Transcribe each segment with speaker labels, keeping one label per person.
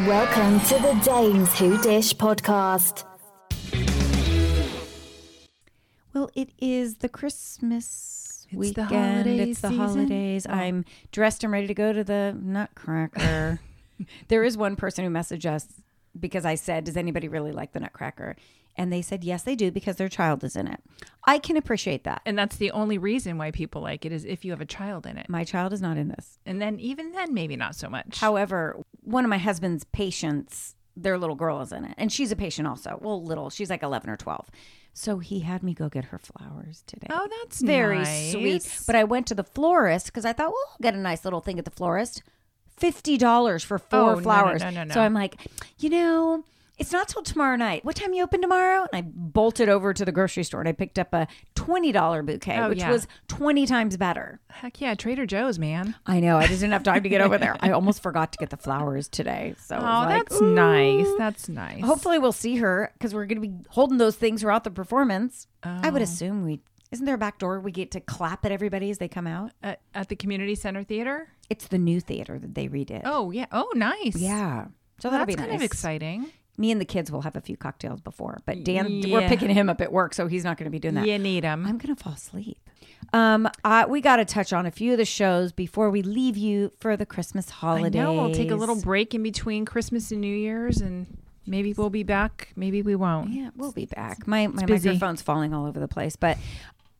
Speaker 1: Welcome to the Dames Who Dish podcast.
Speaker 2: Well, it is the Christmas
Speaker 3: It's the
Speaker 2: weekend.
Speaker 3: holiday
Speaker 2: it's the
Speaker 3: season. Oh.
Speaker 2: holidays. I'm dressed and ready to go to the Nutcracker. there is one person who messaged us because I said, "Does anybody really like the Nutcracker?" And they said, "Yes, they do because their child is in it." I can appreciate that.
Speaker 3: And that's the only reason why people like it is if you have a child in it.
Speaker 2: My child is not in this.
Speaker 3: And then even then maybe not so much.
Speaker 2: However, one of my husband's patients, their little girl is in it, and she's a patient also. Well, little, she's like 11 or 12. So he had me go get her flowers today.
Speaker 3: Oh, that's
Speaker 2: very
Speaker 3: nice.
Speaker 2: sweet. But I went to the florist because I thought, well, I'll get a nice little thing at the florist. Fifty dollars for
Speaker 3: Oh,
Speaker 2: four
Speaker 3: no, no,
Speaker 2: flowers.
Speaker 3: no, no, no.
Speaker 2: So I'm like, you know, it's not till tomorrow night. What time you open tomorrow? And I bolted over to the grocery store and I picked up a twenty dollar bouquet,
Speaker 3: Oh,
Speaker 2: which
Speaker 3: yeah.
Speaker 2: was twenty times better.
Speaker 3: Heck yeah, Trader Joe's, man.
Speaker 2: I know. I just didn't have time to get over there. I almost forgot to get the flowers today. So I
Speaker 3: Oh,
Speaker 2: was like,
Speaker 3: that's
Speaker 2: "Ooh." Oh.
Speaker 3: nice. That's nice.
Speaker 2: Hopefully we'll see her because we're going to be holding those things throughout the performance. I
Speaker 3: Oh.
Speaker 2: would assume we. Isn't there a back door we get to clap at everybody as they come out?
Speaker 3: at, at the community center theater.
Speaker 2: It's the new theater that they redid.
Speaker 3: Oh yeah. Oh nice.
Speaker 2: yeah. So that'll
Speaker 3: Well, that's
Speaker 2: be
Speaker 3: kind
Speaker 2: nice.
Speaker 3: of exciting.
Speaker 2: Me and the kids will have a few cocktails before, but Dan, we're picking him up at work, so he's not going to be doing that.
Speaker 3: You need them.
Speaker 2: I'm going to fall asleep. Um, I, we got to touch on a few of the shows before we leave you for the Christmas
Speaker 3: I
Speaker 2: holidays.
Speaker 3: know we'll take a little break in between Christmas and New Year's, and maybe we'll be back. Maybe we won't.
Speaker 2: Yeah, we'll be back. My my
Speaker 3: busy.
Speaker 2: microphone's falling all over the place, but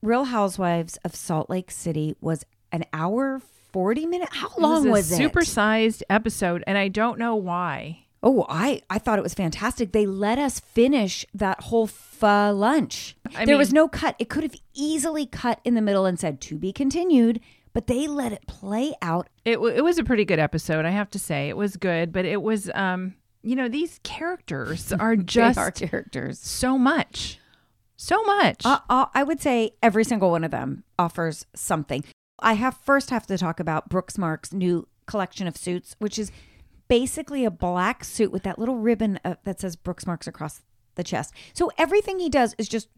Speaker 2: Real Housewives of Salt Lake City was an hour forty minute. How long
Speaker 3: it
Speaker 2: was,
Speaker 3: was a
Speaker 2: it?
Speaker 3: supersized episode, and I don't know why.
Speaker 2: Oh, I I thought it was fantastic. They let us finish that whole pho lunch.
Speaker 3: I
Speaker 2: there was
Speaker 3: mean-
Speaker 2: no cut. It could have easily cut in the middle and said to be continued, but they let it play out.
Speaker 3: It w- it was a pretty good episode, I have to say. It was good, but it was um, you know, these characters are just
Speaker 2: our characters.
Speaker 3: so much, so much.
Speaker 2: Uh, uh, I would say every single one of them offers something. I have first have to talk about Brooks Mark's new collection of suits, which is basically a black suit with that little ribbon uh, that says Brooks Marks across the chest. So everything he does is just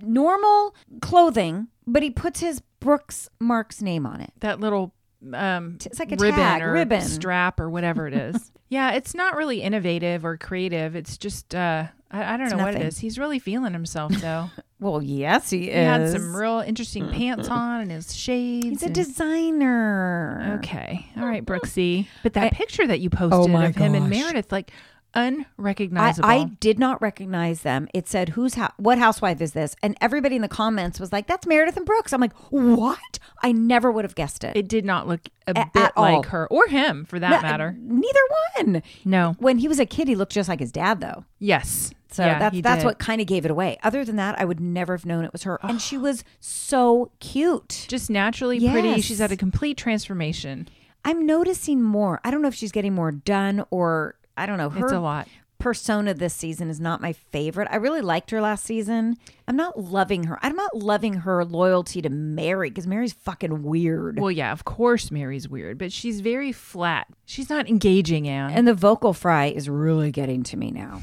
Speaker 2: normal clothing, but he puts his Brooks Marks name on it.
Speaker 3: that little um,
Speaker 2: It's like a
Speaker 3: ribbon
Speaker 2: tag,
Speaker 3: or
Speaker 2: ribbon.
Speaker 3: strap or whatever it is. yeah, it's not really innovative or creative. It's just uh, I, I don't know what
Speaker 2: nothing.
Speaker 3: it is. He's really feeling himself though.
Speaker 2: Well, yes, he
Speaker 3: he had some real interesting pants on and his shades.
Speaker 2: He's a
Speaker 3: and-
Speaker 2: designer.
Speaker 3: Okay. All right, Brooksy. But that picture that you posted
Speaker 2: Oh, my
Speaker 3: of him and
Speaker 2: gosh.
Speaker 3: Meredith, like
Speaker 2: I,
Speaker 3: unrecognizable.
Speaker 2: I did not recognize them. It said, "Who's ho- what housewife is this?" And everybody in the comments was like, "That's Meredith and Brooks." I'm like, "What?" I never would have guessed it.
Speaker 3: It did not look a
Speaker 2: A-
Speaker 3: bit
Speaker 2: at all.
Speaker 3: like her or him for that
Speaker 2: No,
Speaker 3: matter.
Speaker 2: Neither one.
Speaker 3: No.
Speaker 2: When he was a kid, he looked just like his dad, though.
Speaker 3: Yes.
Speaker 2: So
Speaker 3: Yeah,
Speaker 2: that's
Speaker 3: he
Speaker 2: that's
Speaker 3: did.
Speaker 2: what kind of gave it away. Other than that, I would never have known it was her. And
Speaker 3: Oh.
Speaker 2: she was so cute.
Speaker 3: just naturally pretty. She's
Speaker 2: Yes.
Speaker 3: had a complete transformation.
Speaker 2: I'm noticing more. I don't know if she's getting more done or I don't know. Her
Speaker 3: It's a lot.
Speaker 2: persona this season is not my favorite. I really liked her last season. I'm not loving her. I'm not loving her loyalty to Mary because Mary's fucking weird.
Speaker 3: Well, yeah, of course Mary's weird, but she's very flat. She's not engaging, Anne.
Speaker 2: and the vocal fry is really getting to me now.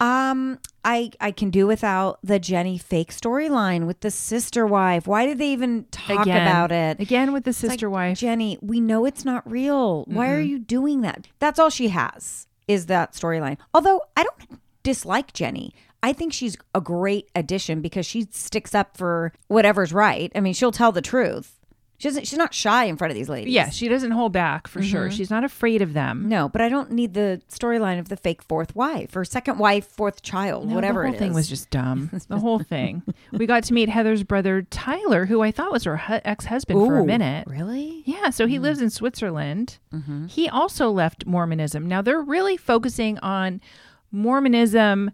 Speaker 2: um, I I can do without the Jenny fake storyline with the sister wife. Why did they even talk
Speaker 3: Again.
Speaker 2: about it?
Speaker 3: Again with the
Speaker 2: It's
Speaker 3: sister
Speaker 2: like,
Speaker 3: wife.
Speaker 2: Jenny, we know it's not real. Why are you doing that? That's all she has is that storyline. Although I don't dislike Jenny. I think she's a great addition because she sticks up for whatever's right. I mean, she'll tell the truth. She doesn't she's not shy in front of these ladies.
Speaker 3: yeah, she doesn't hold back for sure. She's not afraid of them.
Speaker 2: Mm-hmm. No, but I don't need the storyline of the fake fourth wife or second wife, fourth child,
Speaker 3: No,
Speaker 2: whatever
Speaker 3: the whole
Speaker 2: it
Speaker 3: thing
Speaker 2: is.
Speaker 3: was just dumb. the whole thing. We got to meet Heather's brother Tyler, who I thought was her hu- ex-husband for a
Speaker 2: Ooh,
Speaker 3: minute.
Speaker 2: Really?
Speaker 3: Yeah, so he lives in Switzerland.
Speaker 2: Mm-hmm.
Speaker 3: He also left Mormonism. Now they're really focusing on Mormonism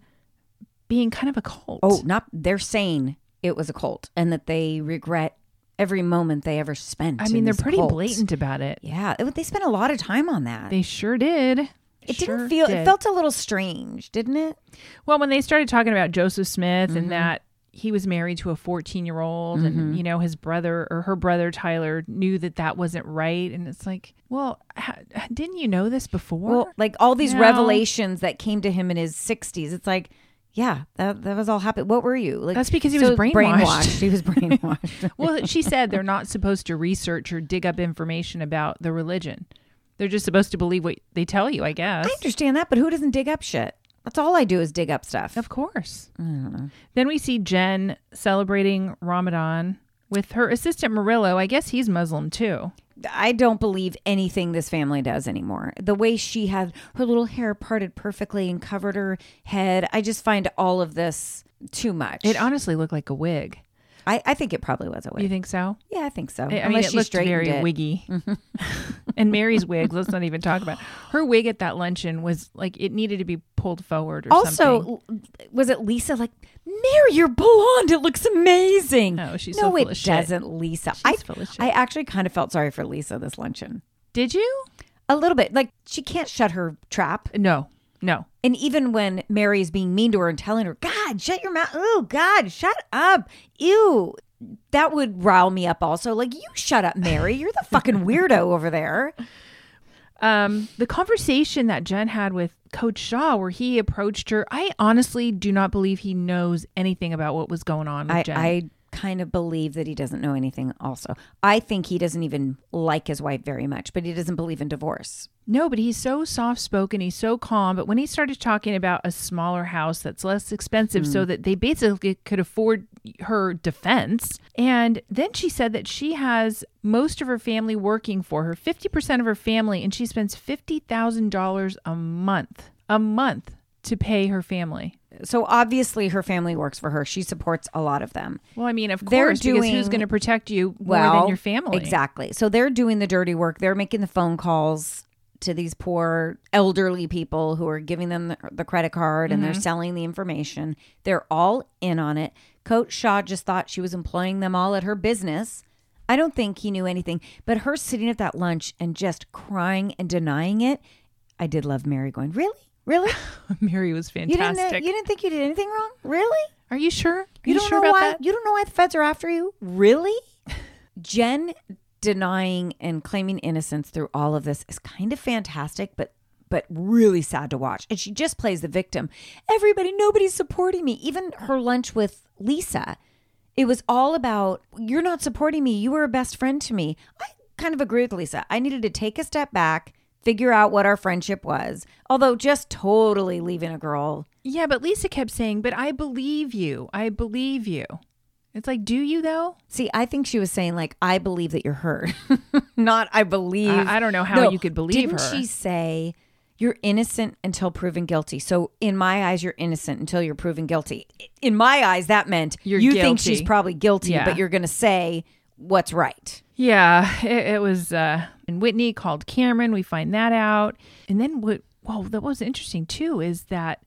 Speaker 3: being kind of a cult.
Speaker 2: Oh, not they're saying it was a cult and that they regret every moment they ever spent.
Speaker 3: I
Speaker 2: in
Speaker 3: mean, they're
Speaker 2: this
Speaker 3: pretty
Speaker 2: cult.
Speaker 3: blatant about it.
Speaker 2: Yeah, it- they spent a lot of time on that.
Speaker 3: They sure did.
Speaker 2: it
Speaker 3: Sure
Speaker 2: didn't feel. It
Speaker 3: did.
Speaker 2: felt a little strange, didn't it?
Speaker 3: Well, when they started talking about Joseph Smith
Speaker 2: Mm-hmm.
Speaker 3: and that he was married to a 14 year old, and you know his brother or her brother Tyler knew that that wasn't right, and it's like, well, ha- didn't you know this before?
Speaker 2: Well, like all these
Speaker 3: No.
Speaker 2: revelations that came to him in his sixties. It's like, yeah, that that was all happened. What were you? Like
Speaker 3: That's because he was brainwashed.
Speaker 2: He was brainwashed.
Speaker 3: well, she said they're not supposed to research or dig up information about the religion. They're just supposed to believe what they tell you, I guess.
Speaker 2: I understand that, but who doesn't dig up shit? That's all I do is dig up stuff.
Speaker 3: Of course. Then we see Jen celebrating Ramadan with her assistant Murillo. I guess he's Muslim too.
Speaker 2: I don't believe anything this family does anymore. The way she had her little hair parted perfectly and covered her head, I just find all of this too much.
Speaker 3: It honestly looked like a wig.
Speaker 2: I, I think it probably was a wig.
Speaker 3: You think so?
Speaker 2: yeah, I think so.
Speaker 3: I- I mean,
Speaker 2: Unless
Speaker 3: it
Speaker 2: she
Speaker 3: looked
Speaker 2: straightened
Speaker 3: very
Speaker 2: it. Mm-hmm.
Speaker 3: wiggy. and Mary's wig, let's not even talk about it. Her wig at that luncheon was like, it needed to be pulled forward or
Speaker 2: Also,
Speaker 3: something.
Speaker 2: l- was it Lisa? Like, Mary, you're blonde. It looks amazing.
Speaker 3: No, she's
Speaker 2: no,
Speaker 3: so full
Speaker 2: it
Speaker 3: of shit.
Speaker 2: doesn't, Lisa. I,
Speaker 3: full of shit.
Speaker 2: I actually kind of felt sorry for Lisa this luncheon.
Speaker 3: Did you?
Speaker 2: A little bit. Like, she can't shut her trap.
Speaker 3: No, no.
Speaker 2: And even when Mary is being mean to her and telling her, God, shut your mouth. Oh, God, shut up. Ew. That would rile me up also. Like, you shut up, Mary. You're the fucking weirdo over there.
Speaker 3: um, the conversation that Jen had with Coach Shaw, where he approached her, I honestly do not believe he knows anything about what was going on with
Speaker 2: I,
Speaker 3: Jen.
Speaker 2: I kind of believe that he doesn't know anything also. I think he doesn't even like his wife very much, but he doesn't believe in divorce.
Speaker 3: no, but he's so soft spoken, he's so calm. But when he started talking about a smaller house that's less expensive, so
Speaker 2: Hmm.
Speaker 3: that they basically could afford her defense, and then she said that she has most of her family working for her, fifty percent of her family, and she spends fifty thousand dollars a month, a month to pay her family.
Speaker 2: So obviously her family works for her. She supports a lot of them.
Speaker 3: Well, I mean, of
Speaker 2: They're
Speaker 3: course, because who's
Speaker 2: doing-
Speaker 3: going to protect you more
Speaker 2: well,
Speaker 3: than your family?
Speaker 2: Exactly. So they're doing the dirty work. They're making the phone calls to these poor elderly people who are giving them the, the credit card and
Speaker 3: Mm-hmm.
Speaker 2: they're selling the information. They're all in on it. Coach Shaw just thought she was employing them all at her business. I don't think he knew anything, but her sitting at that lunch and just crying and denying it. I did love Mary going, Really? Really?
Speaker 3: Mary was
Speaker 2: You didn't,
Speaker 3: fantastic.
Speaker 2: know, you didn't think you did anything wrong? Really?
Speaker 3: Are you sure? Are
Speaker 2: You,
Speaker 3: you,
Speaker 2: don't
Speaker 3: sure
Speaker 2: know
Speaker 3: about
Speaker 2: why
Speaker 3: that?
Speaker 2: you don't know why the feds are after you? Really? Jen denying and claiming innocence through all of this is kind of fantastic, but but really sad to watch. And she just plays the victim. Everybody, nobody's supporting me. Even her lunch with Lisa, it was all about you're not supporting me. You were a best friend to me. I kind of agree with Lisa. I needed to take a step back, figure out what our friendship was. Although just totally leaving a girl
Speaker 3: Yeah, but Lisa kept saying, "But I believe you. I believe you." It's like, do you though?
Speaker 2: See, I think she was saying like, "I believe that you're hurt," not "I believe."
Speaker 3: I- I don't know how you could believe
Speaker 2: didn't
Speaker 3: her.
Speaker 2: she say, "You're innocent until proven guilty"? So, in my eyes, you're innocent until you're proven guilty. In my eyes, that meant
Speaker 3: You're
Speaker 2: you think
Speaker 3: guilty.
Speaker 2: she's probably guilty,
Speaker 3: Yeah.
Speaker 2: but you're going to say what's right.
Speaker 3: Yeah, it, it was. Uh, and Whitney called Cameron. We find that out, and then what? Well, that was interesting too. Is that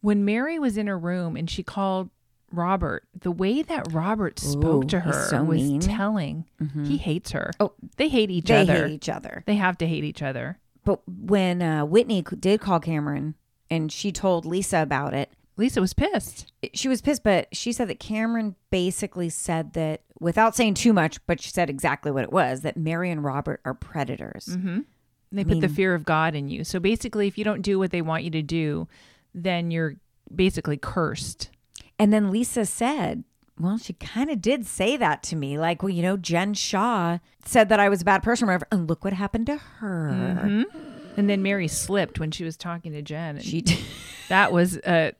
Speaker 3: when Mary was in her room and she called Robert, the way that Robert spoke
Speaker 2: Ooh,
Speaker 3: to
Speaker 2: he's
Speaker 3: her
Speaker 2: so
Speaker 3: was
Speaker 2: mean.
Speaker 3: telling. He hates her.
Speaker 2: Oh,
Speaker 3: Mm-hmm. they hate each
Speaker 2: they
Speaker 3: other.
Speaker 2: hate each other.
Speaker 3: They have to hate each other.
Speaker 2: But when uh, Whitney c- did call Cameron and she told Lisa about it,
Speaker 3: Lisa was pissed.
Speaker 2: she was pissed, but she said that Cameron basically said that without saying too much, but she said exactly what it was that Mary and Robert are predators.
Speaker 3: They put the fear of God in you. So basically, if you don't do what they want you to do, then you're basically cursed.
Speaker 2: And then Lisa said, Well, she kind of did say that to me. Like, well, you know, Jen Shaw said that I was a bad person or whatever. And look what happened to her.
Speaker 3: And then Mary slipped when she was talking to Jen. And
Speaker 2: She Mm-hmm. did.
Speaker 3: that was a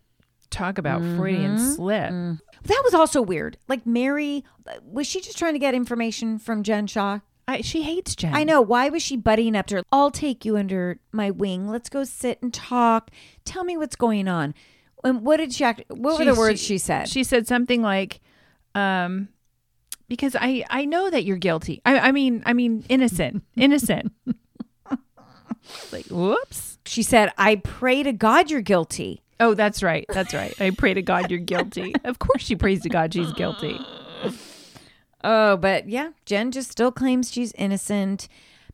Speaker 3: talk about Freudian slip.
Speaker 2: That was also weird. Like, Mary, was she just trying to get information from Jen Shaw?
Speaker 3: I, she hates Jen.
Speaker 2: I know. Why was she buddying up to her? I'll take you under my wing. Let's go sit and talk. Tell me what's going on. And what did she act? What were the words she, said?
Speaker 3: She said something like, um, because I, I know that you're guilty. I, I mean, I mean, innocent, innocent. like, whoops.
Speaker 2: She said, I pray to God you're guilty.
Speaker 3: Oh, that's right. That's right. I pray to God you're guilty. Of course, she prays to God she's guilty.
Speaker 2: Oh, but yeah, Jen just still claims she's innocent.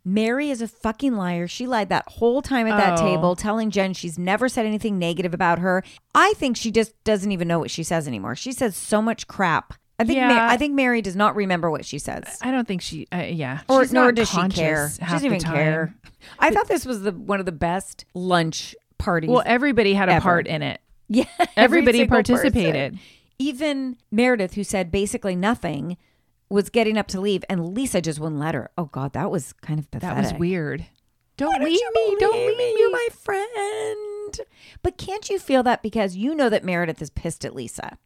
Speaker 2: Mary is a fucking liar. She lied that whole time at that
Speaker 3: Oh.
Speaker 2: table, telling Jen she's never said anything negative about her. I think she just doesn't even know what she says anymore. She says so much crap. I think Ma-
Speaker 3: Yeah.
Speaker 2: I think Mary does not remember what she says.
Speaker 3: I don't think she. Uh, yeah,
Speaker 2: or
Speaker 3: She's
Speaker 2: nor
Speaker 3: not
Speaker 2: does she
Speaker 3: conscious
Speaker 2: care. She
Speaker 3: half
Speaker 2: doesn't
Speaker 3: the
Speaker 2: even
Speaker 3: time.
Speaker 2: care. I thought this was the one of the best lunch parties.
Speaker 3: Well, everybody had a
Speaker 2: Ever.
Speaker 3: part in it.
Speaker 2: yeah,
Speaker 3: everybody
Speaker 2: single
Speaker 3: participated.
Speaker 2: person. Even Meredith, who said basically nothing, was getting up to leave, and Lisa just wouldn't let her. Oh God, that was kind of
Speaker 3: That
Speaker 2: pathetic.
Speaker 3: was weird. Don't
Speaker 2: Don't
Speaker 3: leave
Speaker 2: you
Speaker 3: me. Don't leave
Speaker 2: leave
Speaker 3: me.
Speaker 2: You're my friend. But can't you feel that because you know that Meredith is pissed at Lisa?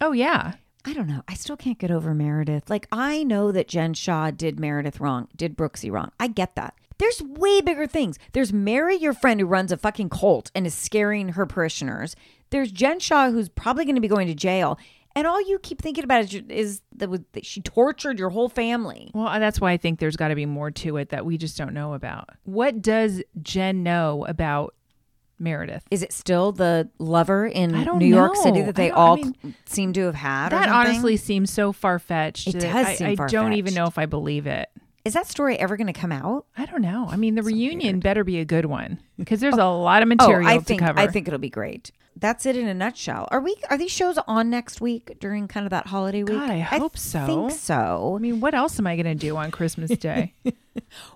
Speaker 3: Oh yeah.
Speaker 2: I don't know. I still can't get over Meredith. Like, I know that Jen Shaw did Meredith wrong, did Brooksy wrong. I get that. There's way bigger things. There's Mary, your friend who runs a fucking cult and is scaring her parishioners. There's Jen Shaw, who's probably going to be going to jail. And all you keep thinking about is, is that that she tortured your whole family.
Speaker 3: Well, uh, that's why I think there's got to be more to it that we just don't know about. What does Jen know about Meredith?
Speaker 2: Is it still the lover in
Speaker 3: I don't
Speaker 2: New York
Speaker 3: know.
Speaker 2: City that
Speaker 3: I
Speaker 2: they
Speaker 3: don't- I
Speaker 2: all
Speaker 3: mean,
Speaker 2: c- seem to have had? or
Speaker 3: That
Speaker 2: something?
Speaker 3: honestly seems so far fetched.
Speaker 2: It does
Speaker 3: I,
Speaker 2: seem
Speaker 3: I don't
Speaker 2: far-fetched.
Speaker 3: even know if I believe it.
Speaker 2: is that story ever going to come out?
Speaker 3: I don't know. I mean, the reunion better be a good one because there's a lot of material
Speaker 2: oh, I
Speaker 3: to
Speaker 2: think,
Speaker 3: cover.
Speaker 2: I think it'll be great. That's it in a nutshell. Are we? Are these shows on next week during kind of that holiday week?
Speaker 3: God, I hope so.
Speaker 2: Think
Speaker 3: I
Speaker 2: so.
Speaker 3: mean, what else am I going to do on Christmas Day?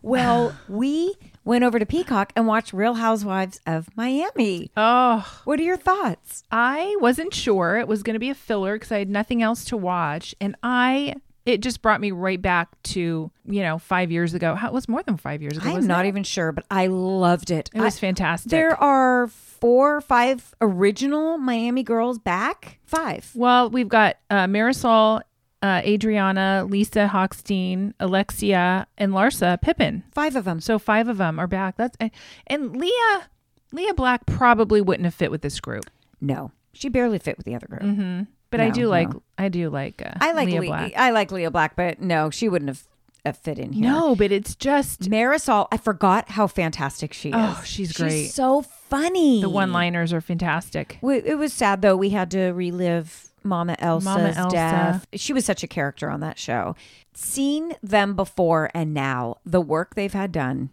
Speaker 2: Well, we went over to Peacock and watched Real Housewives of Miami.
Speaker 3: oh,
Speaker 2: What are your thoughts?
Speaker 3: I wasn't sure it was going to be a filler because I had nothing else to watch, and I it just brought me right back to you know five years ago. How, it was more than five years ago.
Speaker 2: I'm
Speaker 3: wasn't
Speaker 2: not
Speaker 3: it?
Speaker 2: even sure, but I loved it.
Speaker 3: It was
Speaker 2: I-
Speaker 3: fantastic.
Speaker 2: There are four, or five original Miami girls back. Five.
Speaker 3: Well, we've got uh, Marisol, uh, Adriana, Lisa Hochstein, Alexia, and Larsa Pippen.
Speaker 2: Five of them.
Speaker 3: So five of them are back. That's and, and Leah, Leah Black probably wouldn't have fit with this group,
Speaker 2: No, she barely fit with the other group.
Speaker 3: but I
Speaker 2: No,
Speaker 3: do like
Speaker 2: no.
Speaker 3: I do like uh,
Speaker 2: I like
Speaker 3: Mm-hmm. Leah
Speaker 2: Le-
Speaker 3: Black.
Speaker 2: I like Leah Black, but no, she wouldn't have, have fit in here.
Speaker 3: No, but it's just
Speaker 2: Marisol, I forgot how fantastic she is.
Speaker 3: Oh, she's great.
Speaker 2: She's so funny.
Speaker 3: the one-liners are fantastic.
Speaker 2: We, it was sad though. We had to relive Mama Elsa's
Speaker 3: Mama Elsa.
Speaker 2: death. She was such a character on that show. Seeing them before and now, the work they've had done.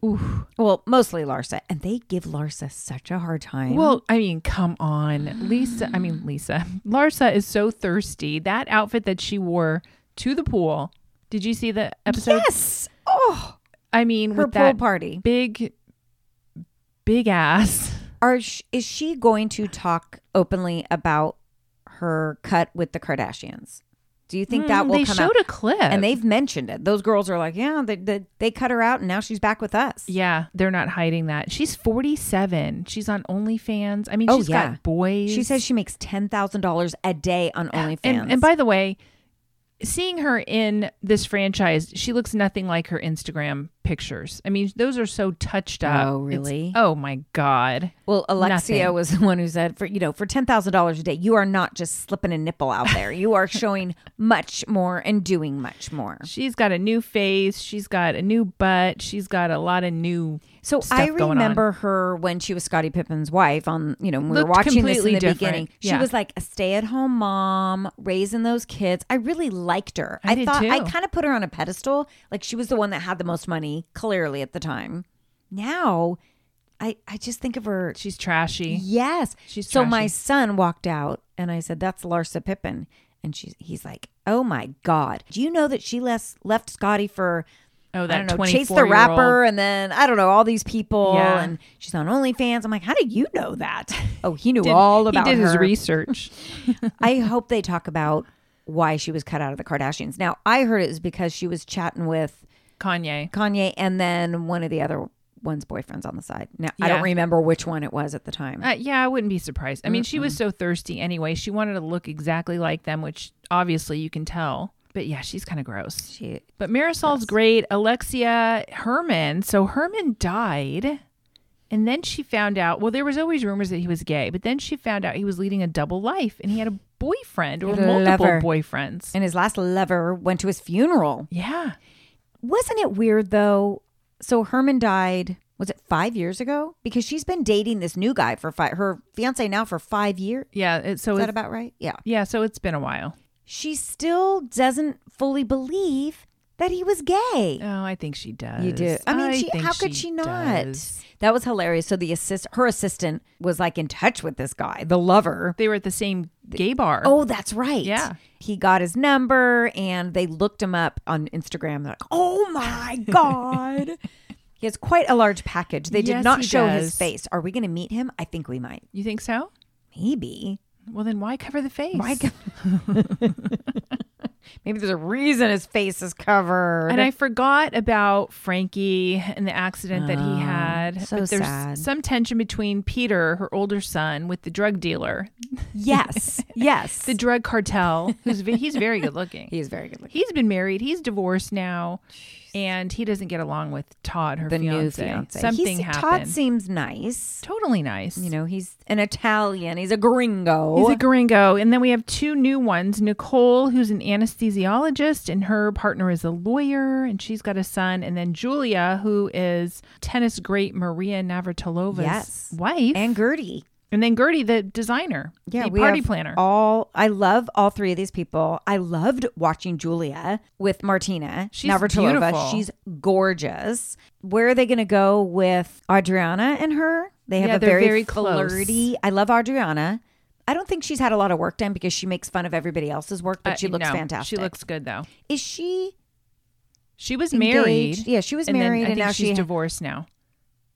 Speaker 2: Well, mostly Larsa, and they give Larsa such a hard time.
Speaker 3: Well, I mean, come on. Lisa, I mean, Lisa, Larsa is so thirsty. That outfit that she wore to the pool. Did you see the episode?
Speaker 2: yes. Oh,
Speaker 3: I mean,
Speaker 2: her
Speaker 3: with
Speaker 2: pool
Speaker 3: that
Speaker 2: party.
Speaker 3: big, big ass.
Speaker 2: Are sh- is she going to talk openly about her cut with the Kardashians? Do you think that will
Speaker 3: Hmm, they
Speaker 2: come out?
Speaker 3: showed a clip,
Speaker 2: and they've mentioned it. Those girls are like, yeah, they, they, they cut her out, and now she's back with us.
Speaker 3: yeah, they're not hiding that. She's forty seven. She's on OnlyFans. I mean,
Speaker 2: Oh,
Speaker 3: she's
Speaker 2: yeah.
Speaker 3: got boys.
Speaker 2: She says she makes ten thousand dollars a day on OnlyFans.
Speaker 3: and, and by the way, seeing her in this franchise, she looks nothing like her Instagram pictures. I mean, those are so touched up.
Speaker 2: Oh,
Speaker 3: It's-
Speaker 2: really?
Speaker 3: oh my god.
Speaker 2: well, Alexia
Speaker 3: nothing.
Speaker 2: was the one who said, for you know, for ten thousand dollars a day, you are not just slipping a nipple out there. You are showing much more and doing much more.
Speaker 3: She's got a new face. She's got a new butt. She's got a lot of new.
Speaker 2: So
Speaker 3: stuff
Speaker 2: I
Speaker 3: going on.
Speaker 2: remember her when she was Scottie Pippen's wife on, you know, when we were
Speaker 3: Looked
Speaker 2: watching this in
Speaker 3: completely
Speaker 2: the
Speaker 3: different.
Speaker 2: beginning. She
Speaker 3: Yeah.
Speaker 2: was like a stay-at-home mom, raising those kids. I really liked her.
Speaker 3: I did
Speaker 2: thought I
Speaker 3: too.
Speaker 2: kind of put her on a pedestal, like she was the one that had the most money clearly at the time. Now, I I just think of her
Speaker 3: She's trashy.
Speaker 2: Yes.
Speaker 3: She's
Speaker 2: so my
Speaker 3: trashy.
Speaker 2: son walked out and I said, That's Larsa Pippen. And she's he's like, Oh my God. Do you know that she left left Scotty for
Speaker 3: Oh,
Speaker 2: I
Speaker 3: that
Speaker 2: don't know,
Speaker 3: twenty
Speaker 2: Chase
Speaker 3: four
Speaker 2: the Rapper and then I don't know, all these people
Speaker 3: Yeah.
Speaker 2: and she's on OnlyFans. I'm like, How did you know that? Oh, he knew all about
Speaker 3: He did
Speaker 2: her.
Speaker 3: his research.
Speaker 2: I hope they talk about why she was cut out of the Kardashians. Now I heard it was because she was chatting with
Speaker 3: Kanye.
Speaker 2: Kanye and then one of the other one's boyfriends on the side. Now I
Speaker 3: Yeah.
Speaker 2: don't remember which one it was at the time.
Speaker 3: Uh, yeah, I wouldn't be surprised. I mean, she was so thirsty anyway. She wanted to look exactly like them, which obviously you can tell. But yeah, she's kind of gross.
Speaker 2: she
Speaker 3: But Marisol's great. Alexia Herman. So Herman died. And then she found out, well, there was always rumors that he was gay, but then she found out he was leading a double life and he had a boyfriend or
Speaker 2: Had a
Speaker 3: multiple
Speaker 2: lover.
Speaker 3: boyfriends.
Speaker 2: and his last lover went to his funeral.
Speaker 3: yeah.
Speaker 2: Wasn't it weird though? So Herman died. Was it five years ago? Because she's been dating this new guy for five. Her fiance now for five years.
Speaker 3: Yeah. It, so
Speaker 2: Is that
Speaker 3: it's,
Speaker 2: about right? Yeah.
Speaker 3: yeah, so it's been a while.
Speaker 2: She still doesn't fully believe that he was gay.
Speaker 3: Oh, I think she does.
Speaker 2: You do. I mean, she,
Speaker 3: think
Speaker 2: how could she not?
Speaker 3: does.
Speaker 2: That was hilarious. So the assist, her assistant, was like in touch with this guy, the lover.
Speaker 3: They were at the same gay bar.
Speaker 2: Oh, that's right.
Speaker 3: Yeah.
Speaker 2: He got his number and they looked him up on Instagram. They're like, oh my God. he has quite a large package. They did
Speaker 3: Yes,
Speaker 2: not
Speaker 3: he
Speaker 2: show
Speaker 3: does.
Speaker 2: his face. Are we going to meet him? I think we might.
Speaker 3: You think so?
Speaker 2: Maybe.
Speaker 3: Well, then why cover the face?
Speaker 2: Why go- Maybe there's a reason his face is covered.
Speaker 3: And I forgot about Frankie and the accident that he had.
Speaker 2: Oh, so
Speaker 3: but there's
Speaker 2: sad.
Speaker 3: some tension between Peter, her older son, with the drug dealer,
Speaker 2: yes, yes.
Speaker 3: the drug cartel, who's ve- he's very good looking.
Speaker 2: He's very good looking.
Speaker 3: He's been married. He's divorced now, and he doesn't get along with Todd, her
Speaker 2: The new
Speaker 3: fiance.
Speaker 2: fiance.
Speaker 3: Something
Speaker 2: He's-
Speaker 3: happened.
Speaker 2: Todd seems nice.
Speaker 3: totally nice.
Speaker 2: You know, he's an Italian. He's a gringo.
Speaker 3: He's a gringo. And then we have two new ones Nicole, who's an anesthesiologist, and her partner is a lawyer, and she's got a son. And then Julia, who is tennis great Maria Navratilova's
Speaker 2: Yes.
Speaker 3: wife. And,
Speaker 2: and Gertie.
Speaker 3: then Gertie, the designer, the
Speaker 2: we
Speaker 3: party
Speaker 2: have
Speaker 3: planner.
Speaker 2: All I love all three of these people. I loved watching Julia with Martina.
Speaker 3: She's
Speaker 2: Navratilova.
Speaker 3: beautiful.
Speaker 2: She's gorgeous. Where are they going to go with Adriana and her? They have
Speaker 3: Yeah,
Speaker 2: a
Speaker 3: they're
Speaker 2: very,
Speaker 3: very close.
Speaker 2: flirty. I love Adriana. I don't think she's had a lot of work done because she makes fun of everybody else's work, but
Speaker 3: Uh,
Speaker 2: she looks
Speaker 3: no,
Speaker 2: fantastic.
Speaker 3: She looks good, though.
Speaker 2: Is she
Speaker 3: She was
Speaker 2: engaged?
Speaker 3: married.
Speaker 2: Yeah, she was
Speaker 3: and then
Speaker 2: married,
Speaker 3: I
Speaker 2: and
Speaker 3: think
Speaker 2: now
Speaker 3: she's
Speaker 2: she.
Speaker 3: divorced now.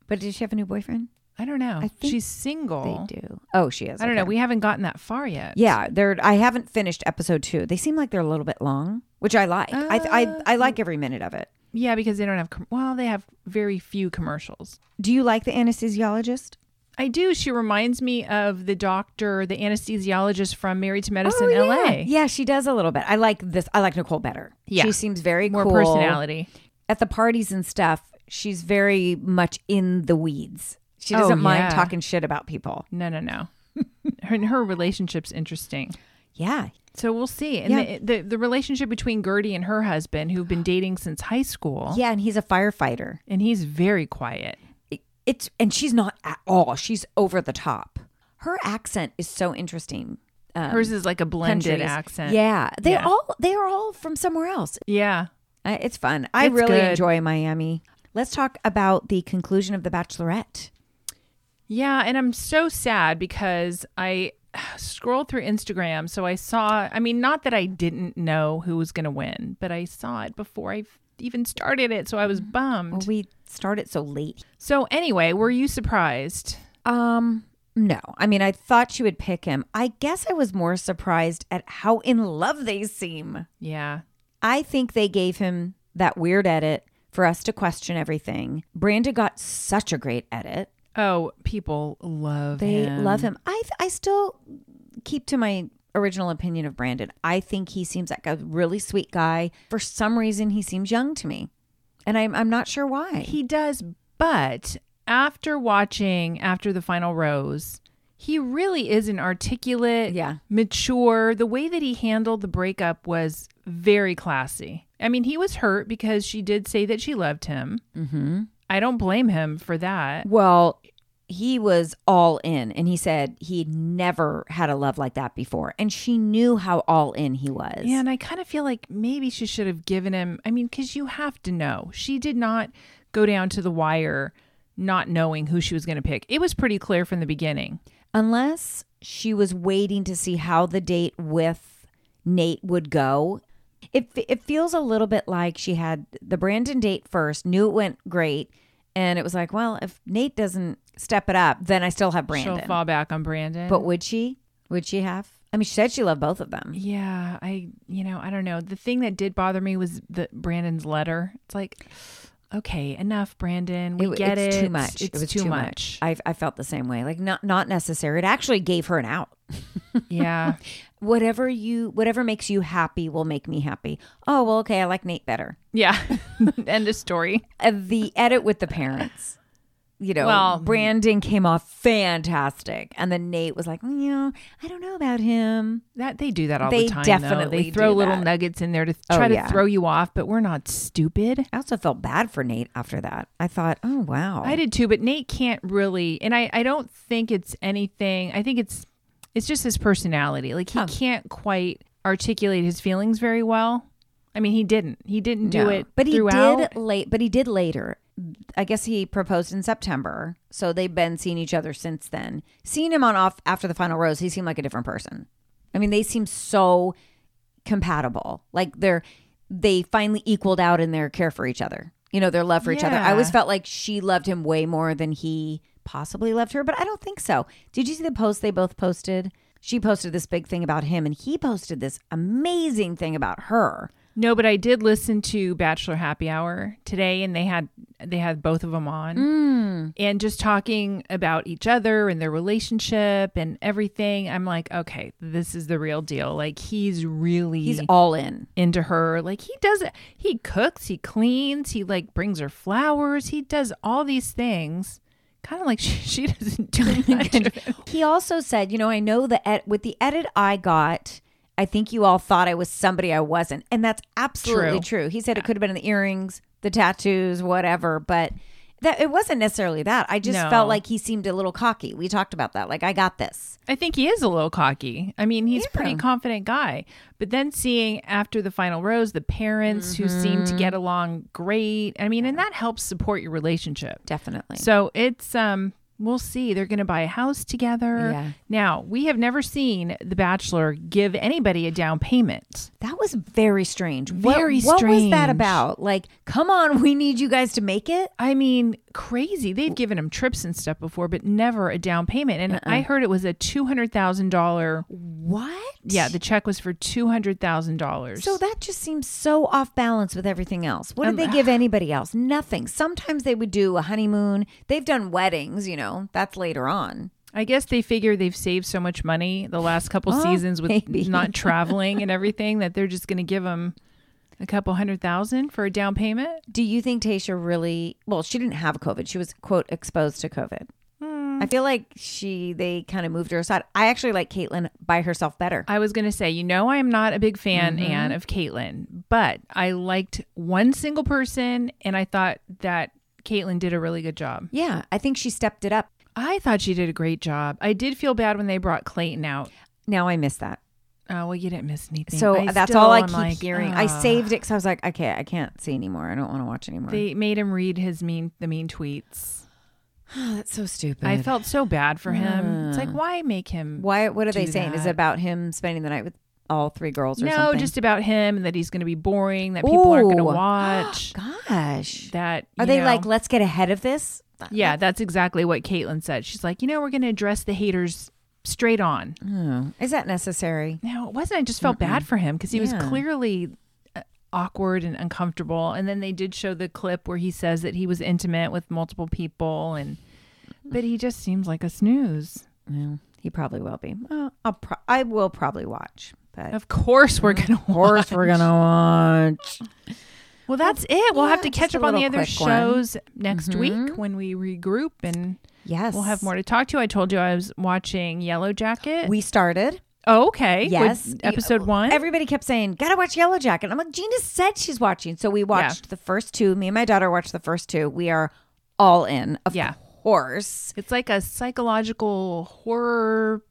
Speaker 2: but did she have a new boyfriend?
Speaker 3: I don't know.
Speaker 2: I think
Speaker 3: she's single.
Speaker 2: They do. Oh, she is.
Speaker 3: I don't
Speaker 2: okay.
Speaker 3: know. We haven't gotten that far yet.
Speaker 2: Yeah, they're. I haven't finished episode two. They seem like they're a little bit long, which I like. I, I I
Speaker 3: Oh.
Speaker 2: like every minute of it.
Speaker 3: Yeah, because they don't have, com- well, they have very few commercials.
Speaker 2: Do you like the anesthesiologist?
Speaker 3: I do. She reminds me of the doctor, the anesthesiologist from Married to Medicine
Speaker 2: Oh, yeah.
Speaker 3: LA.
Speaker 2: Yeah, she does a little bit. I like this. I like Nicole better.
Speaker 3: Yeah.
Speaker 2: she seems very
Speaker 3: More
Speaker 2: cool.
Speaker 3: personality.
Speaker 2: at the parties and stuff. She's very much in the weeds. She
Speaker 3: Oh,
Speaker 2: doesn't
Speaker 3: yeah.
Speaker 2: mind talking shit about people.
Speaker 3: No, no, no. her, her relationship's interesting.
Speaker 2: Yeah,
Speaker 3: So we'll see. And
Speaker 2: Yeah.
Speaker 3: the, the the relationship between Gertie and her husband, who've been dating since high school,
Speaker 2: yeah, and he's a firefighter.
Speaker 3: and he's very quiet.
Speaker 2: it- it's and she's not at all. She's over the top. Her accent is so interesting. Um,
Speaker 3: Hers is like a blended
Speaker 2: countries.
Speaker 3: accent.
Speaker 2: Yeah, they
Speaker 3: Yeah.
Speaker 2: all they are all from somewhere else.
Speaker 3: Yeah.
Speaker 2: Uh, It's fun. I
Speaker 3: It's
Speaker 2: really
Speaker 3: good.
Speaker 2: enjoy Miami. Let's talk about the conclusion of The Bachelorette.
Speaker 3: Yeah, and I'm so sad because I scrolled through Instagram, so I saw. I mean, not that I didn't know who was going to win, but I saw it before I even started it, so I was
Speaker 2: Well,
Speaker 3: bummed.
Speaker 2: we started so late.
Speaker 3: So anyway, were you surprised?
Speaker 2: Um, no, I mean, I thought she would pick him. I guess I was more surprised at how in love they seem.
Speaker 3: Yeah,
Speaker 2: I think they gave him that weird edit for us to question everything. Branda got such a great edit.
Speaker 3: Oh, people love
Speaker 2: They
Speaker 3: him.
Speaker 2: love him. I th- I still keep to my original opinion of Brandon. I think he seems like a really sweet guy. For some reason, he seems young to me, and I'm I'm not sure why.
Speaker 3: He does, but after watching after the final rose, he really is an articulate,
Speaker 2: Yeah.
Speaker 3: mature. The way that he handled the breakup was very classy. I mean, he was hurt because she did say that she loved him. Mm-hmm. I don't blame him for that.
Speaker 2: well, he was all in, and he said he'd never had a love like that before, and she knew how all in he was.
Speaker 3: Yeah, and I kind of feel like maybe she should have given him. I mean, because you have to know. She did not go down to the wire not knowing who she was going to pick. It was pretty clear from the beginning.
Speaker 2: unless she was waiting to see how the date with Nate would go. It it feels a little bit like she had the Brandon date first, knew it went great, and it was like, well, if Nate doesn't step it up, then I still have
Speaker 3: She'll
Speaker 2: Brandon.
Speaker 3: fall back on Brandon.
Speaker 2: But would she? Would she have? I mean, she said she loved both of them.
Speaker 3: yeah, I you know, I don't know. The thing that did bother me was the Brandon's letter. It's like okay, enough Brandon. We
Speaker 2: It-
Speaker 3: get
Speaker 2: it's
Speaker 3: it.
Speaker 2: too much.
Speaker 3: It's
Speaker 2: it was
Speaker 3: too, much.
Speaker 2: I I felt the same way. Like not not necessary. It actually gave her an out.
Speaker 3: yeah.
Speaker 2: Whatever you whatever makes you happy will make me happy. Oh well, okay. I like Nate better.
Speaker 3: Yeah. End of story.
Speaker 2: uh, the edit with the parents. You know,
Speaker 3: Well- hmm.
Speaker 2: Brandon came off fantastic, and then Nate was like, "Mm, "You know, I don't know about him."
Speaker 3: That they do that all
Speaker 2: They
Speaker 3: the time. though.
Speaker 2: definitely
Speaker 3: They throw
Speaker 2: do
Speaker 3: little
Speaker 2: that.
Speaker 3: nuggets in there to
Speaker 2: Oh,
Speaker 3: try
Speaker 2: yeah.
Speaker 3: to throw you off, but we're not stupid.
Speaker 2: I also felt bad for Nate after that. I thought, "Oh wow,
Speaker 3: I did too, but Nate can't really and I I don't think it's anything. I think it's it's just his personality. Like he can't quite articulate his feelings very well. I mean, he didn't. He didn't do
Speaker 2: No.
Speaker 3: it
Speaker 2: But he
Speaker 3: throughout.
Speaker 2: did late. But he did later. I guess he proposed in September, so they've been seeing each other since then. Seeing him on off after the final rose, he seemed like a different person. I mean, they seem so compatible. Like they're they finally equaled out in their care for each other. You know, their love for each other. I always
Speaker 3: Yeah.
Speaker 2: felt like she loved him way more than he possibly loved her, but I don't think so. Did you see the post they both posted? she posted this big thing about him and he posted this amazing thing about her.
Speaker 3: No, but I did listen to Bachelor Happy Hour today, and they had they had both of them on,
Speaker 2: Mm.
Speaker 3: and just talking about each other and their relationship and everything. I'm like, okay, this is the real deal. Like he's really
Speaker 2: He's all in.
Speaker 3: into her. Like he does, he cooks, he cleans, he like brings her flowers, he does all these things. Kind of like she, she doesn't do much. of it.
Speaker 2: He also said, you know, I know the ed- with the edit I got, I think you all thought I was somebody I wasn't, and that's absolutely true. He said it could have been in the earrings, the tattoos, whatever, but that it wasn't necessarily that. I just
Speaker 3: No.
Speaker 2: felt like he seemed a little cocky. We talked about that. Like I got this.
Speaker 3: I think he is a little cocky. I mean, he's a pretty confident guy. But then seeing after the final rose, the parents who seem to
Speaker 2: Mm-hmm.
Speaker 3: get along great. I mean, and that helps support your relationship.
Speaker 2: Definitely.
Speaker 3: So it's um we'll see. They're gonna buy a house together.
Speaker 2: Yeah.
Speaker 3: Now, we have never seen The Bachelor give anybody a down payment.
Speaker 2: That was very strange.
Speaker 3: Very
Speaker 2: what, What was that
Speaker 3: strange.
Speaker 2: about? Like, come on, we need you guys to make it.
Speaker 3: I mean, crazy. They've given him trips and stuff before, but never a down payment. And I heard it was a two hundred thousand dollar
Speaker 2: Uh-uh. What?
Speaker 3: yeah, the check was for two hundred thousand dollars.
Speaker 2: So that just seems so off balance with everything else.
Speaker 3: Um,
Speaker 2: What did they give anybody else? Nothing. Sometimes they would do a honeymoon. They've done weddings, you know, that's later on.
Speaker 3: I guess they figure they've saved so much money the last couple
Speaker 2: Oh,
Speaker 3: seasons with
Speaker 2: maybe.
Speaker 3: not traveling and everything that they're just going to give them a couple hundred thousand for a down payment.
Speaker 2: Do you think Tasha really, well, she didn't have COVID. She was, quote, exposed to COVID.
Speaker 3: Hmm.
Speaker 2: I feel like she, they kind of moved her aside. I actually like Caitlyn by herself better.
Speaker 3: I was going to say, you know, I am not a big fan,
Speaker 2: Mm-hmm.
Speaker 3: Anne, of Caitlyn, but I liked one single person and I thought that Caitlyn did a really good job.
Speaker 2: yeah, I think she stepped it up.
Speaker 3: I thought she did a great job. I did feel bad when they brought Clayton out.
Speaker 2: Now I miss that.
Speaker 3: Oh, well, you didn't miss anything.
Speaker 2: So
Speaker 3: I
Speaker 2: that's
Speaker 3: still
Speaker 2: all I
Speaker 3: am
Speaker 2: keep
Speaker 3: like,
Speaker 2: hearing. I
Speaker 3: "Ah."
Speaker 2: saved it because I was like, okay, I can't see anymore. I don't want to watch anymore.
Speaker 3: They made him read his mean, the mean tweets.
Speaker 2: oh, that's so stupid.
Speaker 3: I felt so bad for him. It's like, why make him?
Speaker 2: Why? What are they
Speaker 3: do
Speaker 2: saying? Is it
Speaker 3: that.
Speaker 2: about him spending the night with all three girls or
Speaker 3: no,
Speaker 2: something?
Speaker 3: just about him and that he's going to be boring, that people aren't going to
Speaker 2: Ooh.
Speaker 3: watch.
Speaker 2: gosh.
Speaker 3: that
Speaker 2: Are
Speaker 3: you
Speaker 2: they
Speaker 3: know-
Speaker 2: like, let's get ahead of this?
Speaker 3: Yeah, that's exactly what Caitlin said. She's like, you know, we're going to address the haters straight on.
Speaker 2: Oh, is that necessary?
Speaker 3: No, it wasn't. I just felt bad for him because he was
Speaker 2: Yeah.
Speaker 3: clearly uh, awkward and uncomfortable. And then they did show the clip where he says that he was intimate with multiple people, and but he just seems like a snooze.
Speaker 2: No, he probably will be. Well, I'll pro- I will probably watch, but
Speaker 3: Of course, we're going to
Speaker 2: course we're gonna watch.
Speaker 3: Well, that's it. We'll have
Speaker 2: yeah,
Speaker 3: to
Speaker 2: just
Speaker 3: catch
Speaker 2: a
Speaker 3: up on the
Speaker 2: little
Speaker 3: other
Speaker 2: quick one. Mm-hmm.
Speaker 3: shows next week when we regroup and
Speaker 2: Yes,
Speaker 3: we'll have more to talk to. I told you I was watching Yellow Jacket.
Speaker 2: We started.
Speaker 3: oh, okay. With
Speaker 2: Yes,
Speaker 3: episode
Speaker 2: You-
Speaker 3: one.
Speaker 2: Everybody kept saying, "Gotta watch Yellow Jacket." I'm like, Gina said she's watching, so we watched the first two. Me and my daughter watched the first two. We are all in, of
Speaker 3: Yeah.
Speaker 2: course.
Speaker 3: it's like a psychological horror.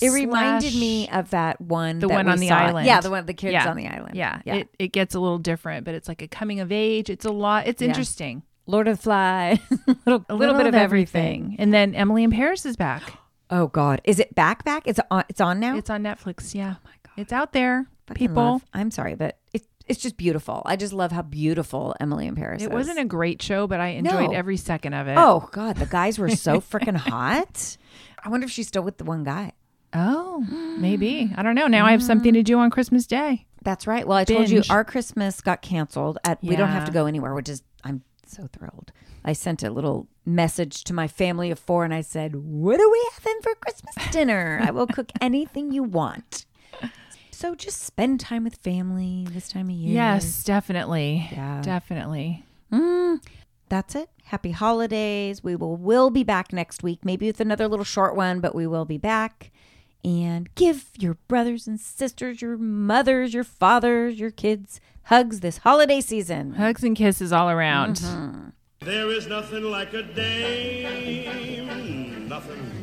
Speaker 2: It reminded
Speaker 3: slash-
Speaker 2: me of that one,
Speaker 3: the
Speaker 2: that
Speaker 3: one
Speaker 2: we
Speaker 3: on the
Speaker 2: saw.
Speaker 3: island.
Speaker 2: Yeah, the one the kids
Speaker 3: Yeah.
Speaker 2: on the island.
Speaker 3: Yeah,
Speaker 2: yeah.
Speaker 3: It, it gets a little different, but it's like a coming of age. It's a lot. It's interesting.
Speaker 2: Lord of the Flies. little,
Speaker 3: A little, bit of everything. And then Emily in Paris is back.
Speaker 2: Oh God, is it back? Back? It's on. It's on now.
Speaker 3: It's on Netflix. Yeah. Oh my God. It's out there.
Speaker 2: Fucking
Speaker 3: People.
Speaker 2: love- I'm sorry, but it, it's just beautiful. I just love how beautiful Emily in Paris.
Speaker 3: It wasn't a great show, but I enjoyed
Speaker 2: No.
Speaker 3: every second of it.
Speaker 2: Oh God, the guys were so freaking hot. I wonder if she's still with the one guy.
Speaker 3: Oh, maybe. I don't know. Now I
Speaker 2: Mm.
Speaker 3: have something to do on Christmas Day.
Speaker 2: That's right. Well, I told you
Speaker 3: Binge.
Speaker 2: our Christmas got canceled at we don't have to
Speaker 3: Yeah.
Speaker 2: go anywhere, which is I'm so thrilled. I sent a little message to my family of four and I said, What are we having for Christmas dinner? I will cook anything you want. So just spend time with family this time of year.
Speaker 3: Yes, definitely.
Speaker 2: Yeah.
Speaker 3: Definitely.
Speaker 2: That's it. Happy holidays. We will will be back next week, maybe with another little short one, but we will be back. And give your brothers and sisters, your mothers, your fathers, your kids hugs this holiday season.
Speaker 3: Hugs and kisses all
Speaker 2: Mm-hmm.
Speaker 3: around.
Speaker 4: There is nothing like a dame, nothing